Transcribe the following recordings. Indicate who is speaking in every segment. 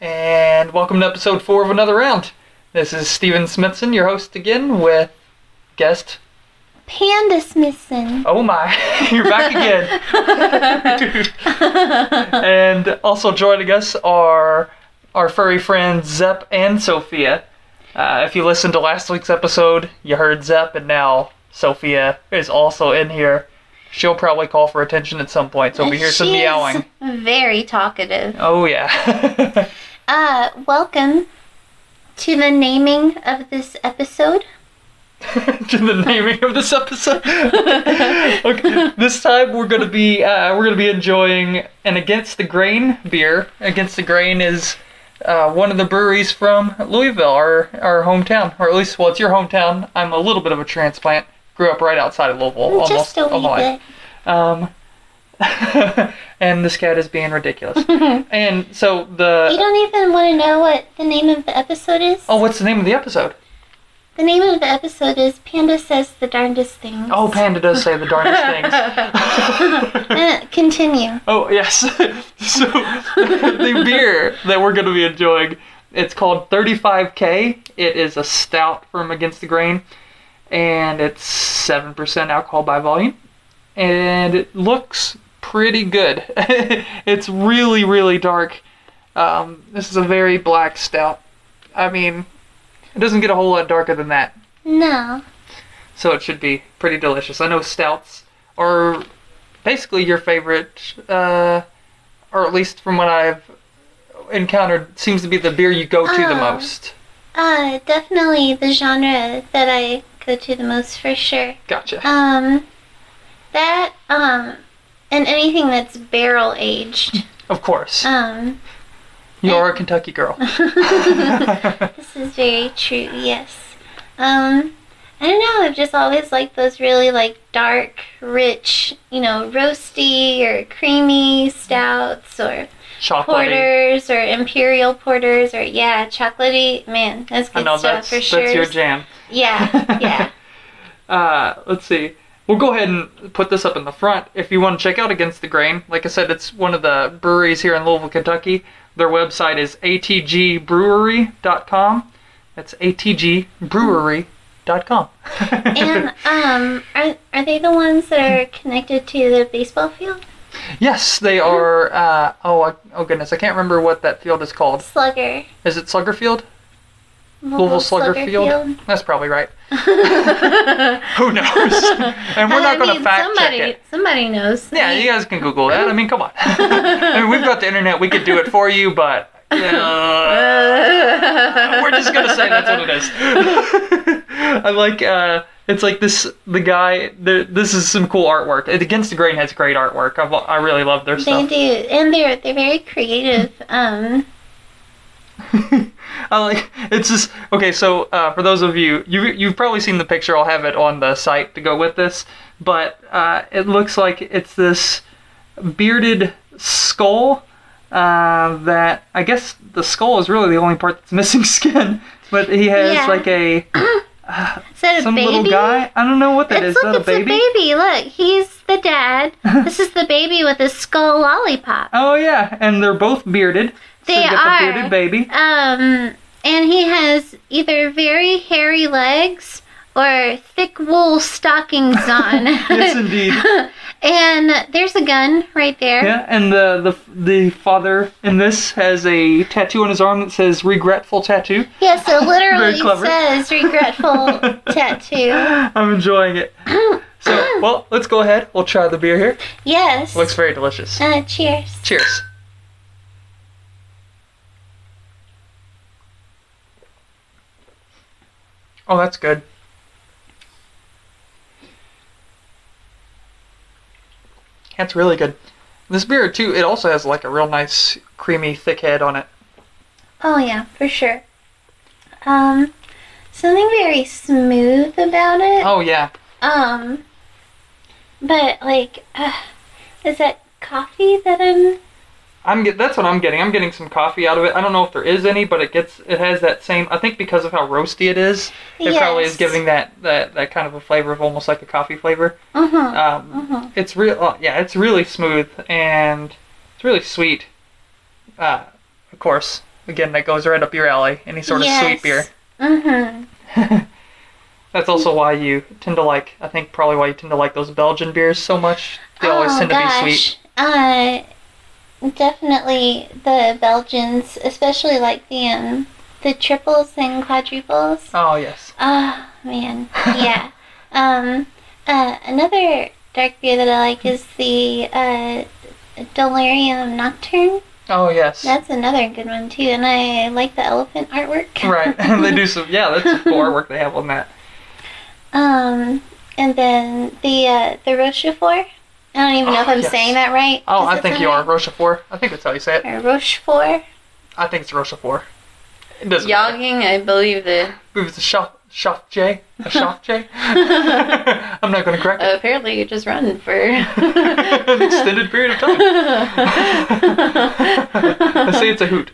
Speaker 1: and welcome to episode four of another round. This is Steven Smithson, your host again, with guest.
Speaker 2: Panda Smithson.
Speaker 1: Oh my, you're back again. and also joining us are our furry friends Zepp and Sophia. Uh, if you listened to last week's episode, you heard Zepp, and now Sophia is also in here. She'll probably call for attention at some point, so if you hear some
Speaker 2: She is
Speaker 1: meowing.
Speaker 2: Very talkative.
Speaker 1: Oh yeah.
Speaker 2: Uh, welcome to the naming of this episode.
Speaker 1: to the naming of this episode. okay, this time we're gonna be uh, we're gonna be enjoying an against the grain beer. Against the grain is uh, one of the breweries from Louisville, our our hometown, or at least well, it's your hometown. I'm a little bit of a transplant. Grew up right outside of Louisville, Oh, almost
Speaker 2: Just a
Speaker 1: all
Speaker 2: wee
Speaker 1: my life.
Speaker 2: bit.
Speaker 1: Um, and this cat is being ridiculous. and so
Speaker 2: You
Speaker 1: the
Speaker 2: don't even want to know what the name of the episode is?
Speaker 1: oh, what's the name of the episode?
Speaker 2: The name of the episode is Panda Says the Darndest Things.
Speaker 1: Oh, Panda does say the darndest things.
Speaker 2: Uh, continue.
Speaker 1: Oh yes. so the beer that we're going to be enjoying, it's called 35K. It is a stout from Against the Grain, and it's seven percent alcohol by volume, and it looks pretty good. it's really really dark. Um, this is a very black stout. I mean, it doesn't get a whole lot darker than that
Speaker 2: No.
Speaker 1: so it should be pretty delicious. I know stouts are basically your favorite, uh, or at least from what I've encountered, seems to be the beer you go to the
Speaker 2: Ah.
Speaker 1: most.
Speaker 2: Uh, definitely the genre that I go to the most for sure.
Speaker 1: Gotcha.
Speaker 2: Um, that, um, and anything that's barrel aged.
Speaker 1: Of course,
Speaker 2: Um,
Speaker 1: you are a Kentucky girl.
Speaker 2: this is very true, yes. Um, I don't know, I've just always liked those really, like, dark, rich, you know, roasty or creamy stouts or
Speaker 1: Chocolatey.
Speaker 2: porters or imperial porters or, yeah, chocolatey. Man, that's
Speaker 1: I
Speaker 2: good
Speaker 1: know
Speaker 2: stuff
Speaker 1: that's
Speaker 2: for
Speaker 1: that's
Speaker 2: sure.
Speaker 1: your jam.
Speaker 2: Yeah, yeah.
Speaker 1: Uh, let's see. We'll go ahead and put this up in the front. If you want to check out Against the Grain, like I said, it's one of the breweries here in Louisville, Kentucky. Their website is atgbrewery.com. That's atgbrewery.com.
Speaker 2: and, um, are, are they the ones that are connected to the baseball field?
Speaker 1: yes, they are. Uh, oh, I, oh goodness, I can't remember what that field is called.
Speaker 2: Slugger.
Speaker 1: Is it Slugger Field? Louisville Slugger Field? That's probably right.
Speaker 2: Field.
Speaker 1: Who knows? and we're
Speaker 2: I
Speaker 1: not going
Speaker 2: mean,
Speaker 1: to fact
Speaker 2: somebody,
Speaker 1: check it.
Speaker 2: Somebody knows.
Speaker 1: Yeah, you guys can Google that. I mean, come on. I mean, we've got the internet. We could do it for you, but uh, we're just gonna say that's what it is. I like. Uh, it's like this. The guy. The, this is some cool artwork. It- Against the Grain has great artwork. I've, I really love their
Speaker 2: They
Speaker 1: stuff.
Speaker 2: do, and they're they're very creative. Um,
Speaker 1: I Oh, like. It's just okay. So uh, for those of you, you you've probably seen the picture. I'll have it on the site to go with this. But uh, it looks like it's this bearded skull. Uh, that I guess the skull is really the only part that's missing skin. But he has
Speaker 2: Yeah.
Speaker 1: like a
Speaker 2: is that a
Speaker 1: some
Speaker 2: baby?
Speaker 1: little guy. I don't know what that
Speaker 2: Let's
Speaker 1: is.
Speaker 2: look,
Speaker 1: Is that a
Speaker 2: it's
Speaker 1: baby?
Speaker 2: a baby. Look, he's the dad. this is the baby with his skull lollipop.
Speaker 1: Oh yeah, and they're both bearded. so
Speaker 2: They
Speaker 1: you got the
Speaker 2: are.
Speaker 1: bearded baby.
Speaker 2: Um, and he has either very hairy legs or thick wool stockings on.
Speaker 1: yes, indeed.
Speaker 2: and there's a gun right there.
Speaker 1: Yeah, and the the the father in this has a tattoo on his arm that says "regretful tattoo."
Speaker 2: Yes, it literally
Speaker 1: clever.
Speaker 2: says regretful tattoo.
Speaker 1: I'm enjoying it. so, well, let's go ahead. We'll try the beer here.
Speaker 2: Yes.
Speaker 1: Looks very delicious.
Speaker 2: uh, cheers.
Speaker 1: Cheers. Oh, that's good. That's really good. This beer too. It also has like a real nice creamy thick head on it.
Speaker 2: Oh yeah, for sure. Um, something very smooth about it.
Speaker 1: Oh yeah.
Speaker 2: Um, but like, uh, is that coffee that I'm?
Speaker 1: I'm get, that's what I'm getting. I'm getting some coffee out of it. I don't know if there is any, but it gets it has that same. I think because of how roasty it is, it probably is
Speaker 2: Yes.
Speaker 1: giving that, that that kind of a flavor of almost like a coffee flavor.
Speaker 2: Mhm.
Speaker 1: Um,
Speaker 2: Mhm.
Speaker 1: It's real, uh, yeah. It's really smooth and it's really sweet. Uh, of course, Again, that goes right up your alley. Any sort of sweet beer.
Speaker 2: Mm-hmm.
Speaker 1: That's also why you tend to like. I think probably why you tend to like those Belgian beers so much. They always
Speaker 2: oh
Speaker 1: tend
Speaker 2: gosh.
Speaker 1: to be sweet.
Speaker 2: Uh, definitely the Belgians, especially like the um, the triples and quadruples.
Speaker 1: Oh yes.
Speaker 2: Oh man, yeah. um, uh, another dark beer that I like is the uh, Delirium Nocturne.
Speaker 1: Oh yes.
Speaker 2: That's another good one too, and I like the elephant artwork.
Speaker 1: right. they do some. Yeah, that's some cool artwork they have on that.
Speaker 2: Um, and then the uh, the Rochefort. I don't even know if
Speaker 1: Oh,
Speaker 2: I'm
Speaker 1: yes.
Speaker 2: saying that right.
Speaker 1: Oh,
Speaker 2: Is
Speaker 1: I
Speaker 2: it
Speaker 1: think you are
Speaker 2: something-
Speaker 1: Rochefort. I think that's how you say it.
Speaker 2: Or Rochefort.
Speaker 1: I think it's Rochefort. It doesn't matter.
Speaker 3: Yogging, I believe the.
Speaker 1: It was a shop shop J. A shop J. I'm not going to
Speaker 2: uh,
Speaker 1: correct it.
Speaker 3: apparently, you just run for
Speaker 1: An extended period of time. I say it's a hoot.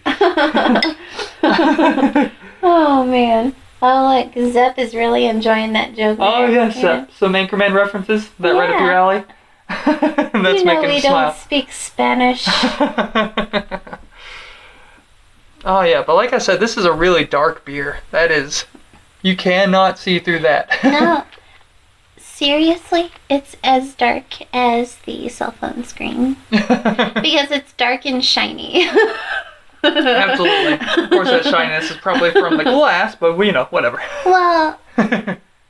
Speaker 2: Oh man. Oh look, Zepp is really enjoying that joke.
Speaker 1: oh
Speaker 2: there.
Speaker 1: yes,
Speaker 2: Yeah.
Speaker 1: uh, some Anchorman references that right up
Speaker 2: Yeah.
Speaker 1: your alley. that's
Speaker 2: you know
Speaker 1: making
Speaker 2: we
Speaker 1: me
Speaker 2: don't
Speaker 1: smile.
Speaker 2: speak Spanish.
Speaker 1: oh yeah, but like I said, this is a really dark beer. That is, you cannot see through that.
Speaker 2: no. Seriously, it's as dark as the cell phone screen because it's dark and shiny.
Speaker 1: Absolutely. Of course, that shininess is probably from the glass, but we know, whatever.
Speaker 2: well,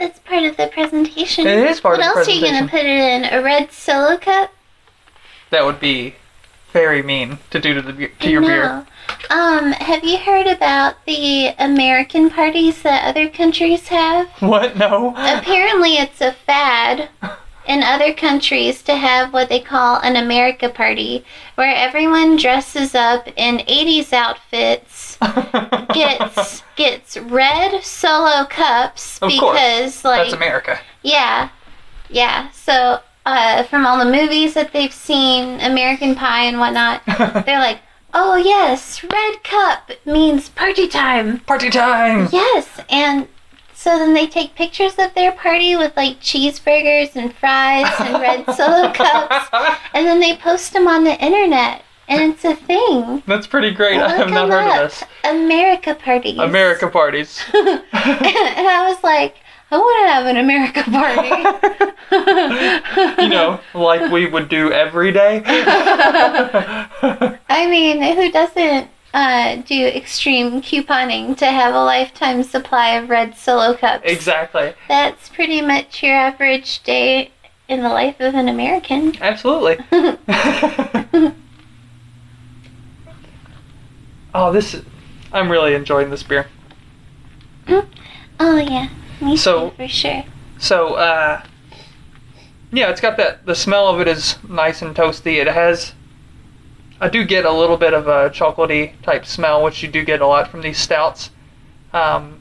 Speaker 2: it's part of the presentation.
Speaker 1: It is part
Speaker 2: what
Speaker 1: of the
Speaker 2: else are you gonna put it in? A red solo cup?
Speaker 1: that would be very mean to do to the be- to your
Speaker 2: no.
Speaker 1: beer.
Speaker 2: Um, have you heard about the American parties that other countries have?
Speaker 1: What? No.
Speaker 2: Apparently, it's a fad in other countries to have what they call an America party, where everyone dresses up in 80s outfits, gets gets red solo cups
Speaker 1: Of course.
Speaker 2: because like
Speaker 1: That's America.
Speaker 2: yeah. Yeah. So uh, from all the movies that they've seen, American Pie and whatnot, they're like, oh, yes, red cup means party time.
Speaker 1: Party time.
Speaker 2: Yes. And so then they take pictures of their party with like cheeseburgers and fries and red solo cups. And then they post them on the internet. And it's a thing.
Speaker 1: That's pretty great. I
Speaker 2: Look
Speaker 1: have not
Speaker 2: them
Speaker 1: heard
Speaker 2: up.
Speaker 1: of this.
Speaker 2: America parties.
Speaker 1: America parties.
Speaker 2: and I was like, I want to have an America party.
Speaker 1: you know, like we would do every day.
Speaker 2: I mean, who doesn't uh, do extreme couponing to have a lifetime supply of red solo cups?
Speaker 1: exactly.
Speaker 2: That's pretty much your average day in the life of an American.
Speaker 1: Absolutely. oh, this. I'm really enjoying this beer.
Speaker 2: Oh yeah, me
Speaker 1: So-
Speaker 2: too, for sure.
Speaker 1: So, uh, yeah, it's got that. The smell of it is nice and toasty. It has. I do get a little bit of a chocolatey type smell, which you do get a lot from these stouts. Um,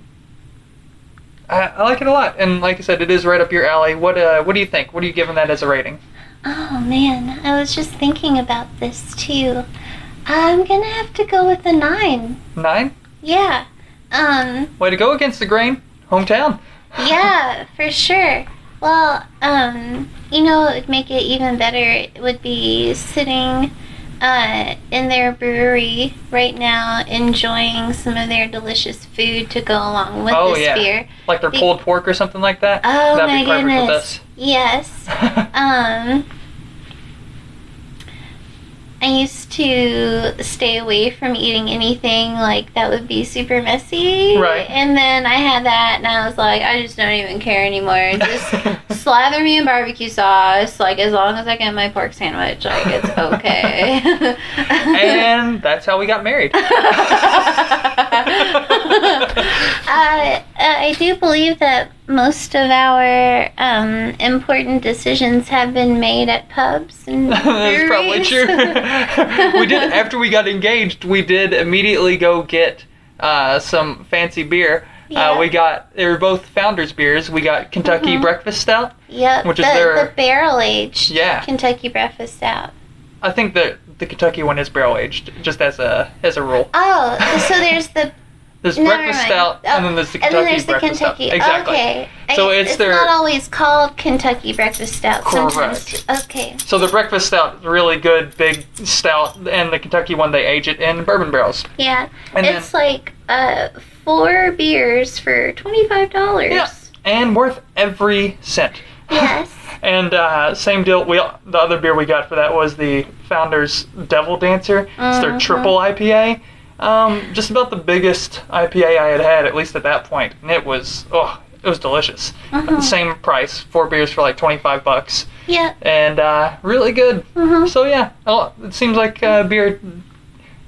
Speaker 1: I, I like it a lot, and like I said, it is right up your alley. What uh, What do you think? What are you giving that as a rating?
Speaker 2: Oh man, I was just thinking about this too. I'm gonna have to go with a nine.
Speaker 1: Nine.
Speaker 2: Yeah. Um.
Speaker 1: Way to go against the grain, hometown.
Speaker 2: Yeah, for sure. Well, um, you know, what would make it even better It would be sitting uh, in their brewery right now, enjoying some of their delicious food to go along with
Speaker 1: Oh,
Speaker 2: this
Speaker 1: yeah.
Speaker 2: beer.
Speaker 1: Like their
Speaker 2: Be-
Speaker 1: pulled pork or something like that.
Speaker 2: Oh
Speaker 1: That'd
Speaker 2: my
Speaker 1: be perfect
Speaker 2: goodness!
Speaker 1: with us.
Speaker 2: Yes. Um, I used to stay away from eating anything like that would be super messy.
Speaker 1: Right.
Speaker 2: And then I had that, and I was like, I just don't even care anymore. Just slather me in barbecue sauce like as long as i get my pork sandwich like it's okay
Speaker 1: and that's how we got married.
Speaker 2: I, Uh, I do believe that most of our um, important decisions have been made at pubs and
Speaker 1: That's probably
Speaker 2: breweries.
Speaker 1: true. we did after we got engaged. We did immediately go get uh, some fancy beer. Uh,
Speaker 2: Yeah. Mm-hmm.
Speaker 1: we got they were both founders beers. We got Kentucky Breakfast Stout.
Speaker 2: yep
Speaker 1: which
Speaker 2: the,
Speaker 1: is their-
Speaker 2: the barrel aged
Speaker 1: Yeah.
Speaker 2: kentucky breakfast out
Speaker 1: I think that the Kentucky one is barrel aged, just as a as a rule.
Speaker 2: oh so there's the
Speaker 1: There's
Speaker 2: Never
Speaker 1: breakfast
Speaker 2: mind.
Speaker 1: stout, and
Speaker 2: Oh,
Speaker 1: then there's the
Speaker 2: and
Speaker 1: Kentucky
Speaker 2: then there's the
Speaker 1: breakfast
Speaker 2: Kentucky.
Speaker 1: stout. Exactly.
Speaker 2: Okay.
Speaker 1: So
Speaker 2: I-
Speaker 1: it's
Speaker 2: it's
Speaker 1: their-
Speaker 2: not always called Kentucky breakfast stout. Sometimes. Okay.
Speaker 1: So the breakfast stout is really good, big stout, and the Kentucky one they age it in bourbon barrels.
Speaker 2: Yeah.
Speaker 1: And
Speaker 2: it's like uh four beers for twenty five dollars.
Speaker 1: Yeah. then, and worth every cent.
Speaker 2: Yes.
Speaker 1: And uh, same deal. We the other beer we got for that was the Founders Devil Dancer. It's their
Speaker 2: Mhm.
Speaker 1: triple IPA. Um, just about the biggest IPA I had had, at least at that point, and it was oh, it was delicious. At the
Speaker 2: Mhm.
Speaker 1: same price, four beers for like twenty five bucks,
Speaker 2: Yeah.
Speaker 1: and uh, really good.
Speaker 2: hmm
Speaker 1: So yeah, oh, it seems like uh, beer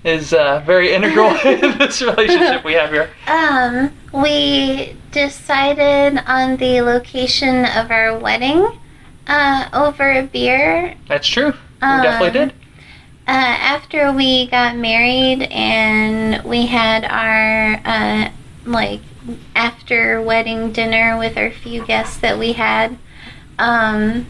Speaker 1: is uh, very integral in this relationship we have here.
Speaker 2: Um, we decided on the location of our wedding uh, over a beer.
Speaker 1: That's true. we definitely
Speaker 2: Um,
Speaker 1: did.
Speaker 2: Uh, after we got married and we had our uh, like after wedding dinner with our few guests that we had, um,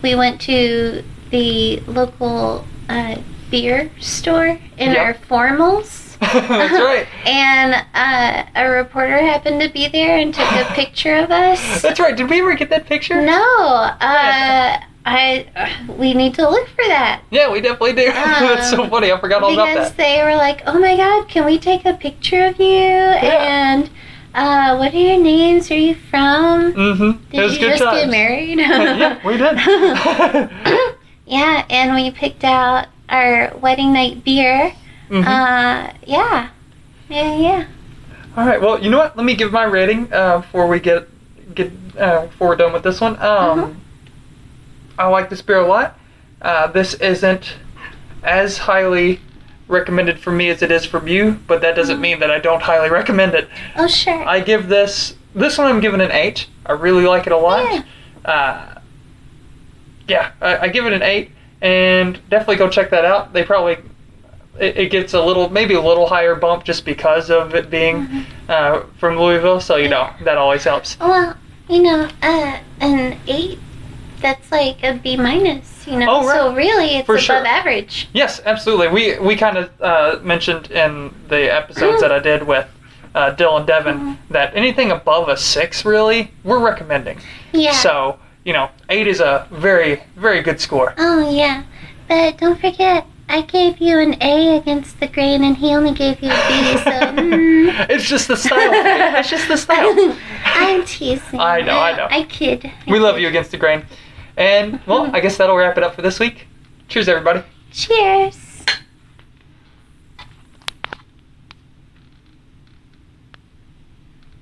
Speaker 2: we went to the local uh, beer store in
Speaker 1: Yep.
Speaker 2: our formals.
Speaker 1: That's right.
Speaker 2: And uh, a reporter happened to be there and took a picture of us.
Speaker 1: That's right. Did we ever get that picture?
Speaker 2: No, uh, I we need to look for that
Speaker 1: Yeah, we definitely do. That's so
Speaker 2: Um,
Speaker 1: funny. I forgot all about
Speaker 2: because
Speaker 1: that.
Speaker 2: they were like, "Oh my God, can we take a picture of you?" And uh, what are your names? Are you from?
Speaker 1: Mm-hmm.
Speaker 2: Did
Speaker 1: it was
Speaker 2: you
Speaker 1: good
Speaker 2: just
Speaker 1: times.
Speaker 2: get married?
Speaker 1: yeah, we Mm-hmm. did.
Speaker 2: yeah, and we picked out our wedding night beer.
Speaker 1: Mhm.
Speaker 2: Uh, yeah, yeah, yeah.
Speaker 1: All right. Well, you know what? Let me give my rating uh, before we get get uh, before we're done with this one. Um,
Speaker 2: Mhm.
Speaker 1: I like this beer a lot. Uh, this isn't as highly recommended for me as it is from you, but that doesn't
Speaker 2: Mhm.
Speaker 1: mean that I don't highly recommend it.
Speaker 2: Oh sure.
Speaker 1: I give this this one I'm giving an eight. I really like it a lot. Uh, yeah, I, I give it an eight, and definitely go check that out. They probably it, it gets a little maybe a little higher bump just because of it being
Speaker 2: Mhm.
Speaker 1: uh, from Louisville, so you know that always helps.
Speaker 2: Well, you know, uh, an eight, that's like a B minus, you know.
Speaker 1: Oh, right.
Speaker 2: So really, it's
Speaker 1: For
Speaker 2: above
Speaker 1: sure.
Speaker 2: average.
Speaker 1: Yes, absolutely. We we kind of uh, mentioned in the episodes that I did with. Uh, Dylan Devon,
Speaker 2: Mhm.
Speaker 1: that anything above a six, really, we're recommending.
Speaker 2: Yeah.
Speaker 1: So, you know, eight is a very, very good score.
Speaker 2: Oh yeah, but don't forget, I gave you an A against the grain, and he only gave you a B. So mm,
Speaker 1: it's just the style. it's just the style.
Speaker 2: I'm teasing.
Speaker 1: I know, I know.
Speaker 2: I kid. I
Speaker 1: We love
Speaker 2: kid.
Speaker 1: you against the grain. And well, I guess that'll wrap it up for this week. Cheers, everybody.
Speaker 2: Cheers.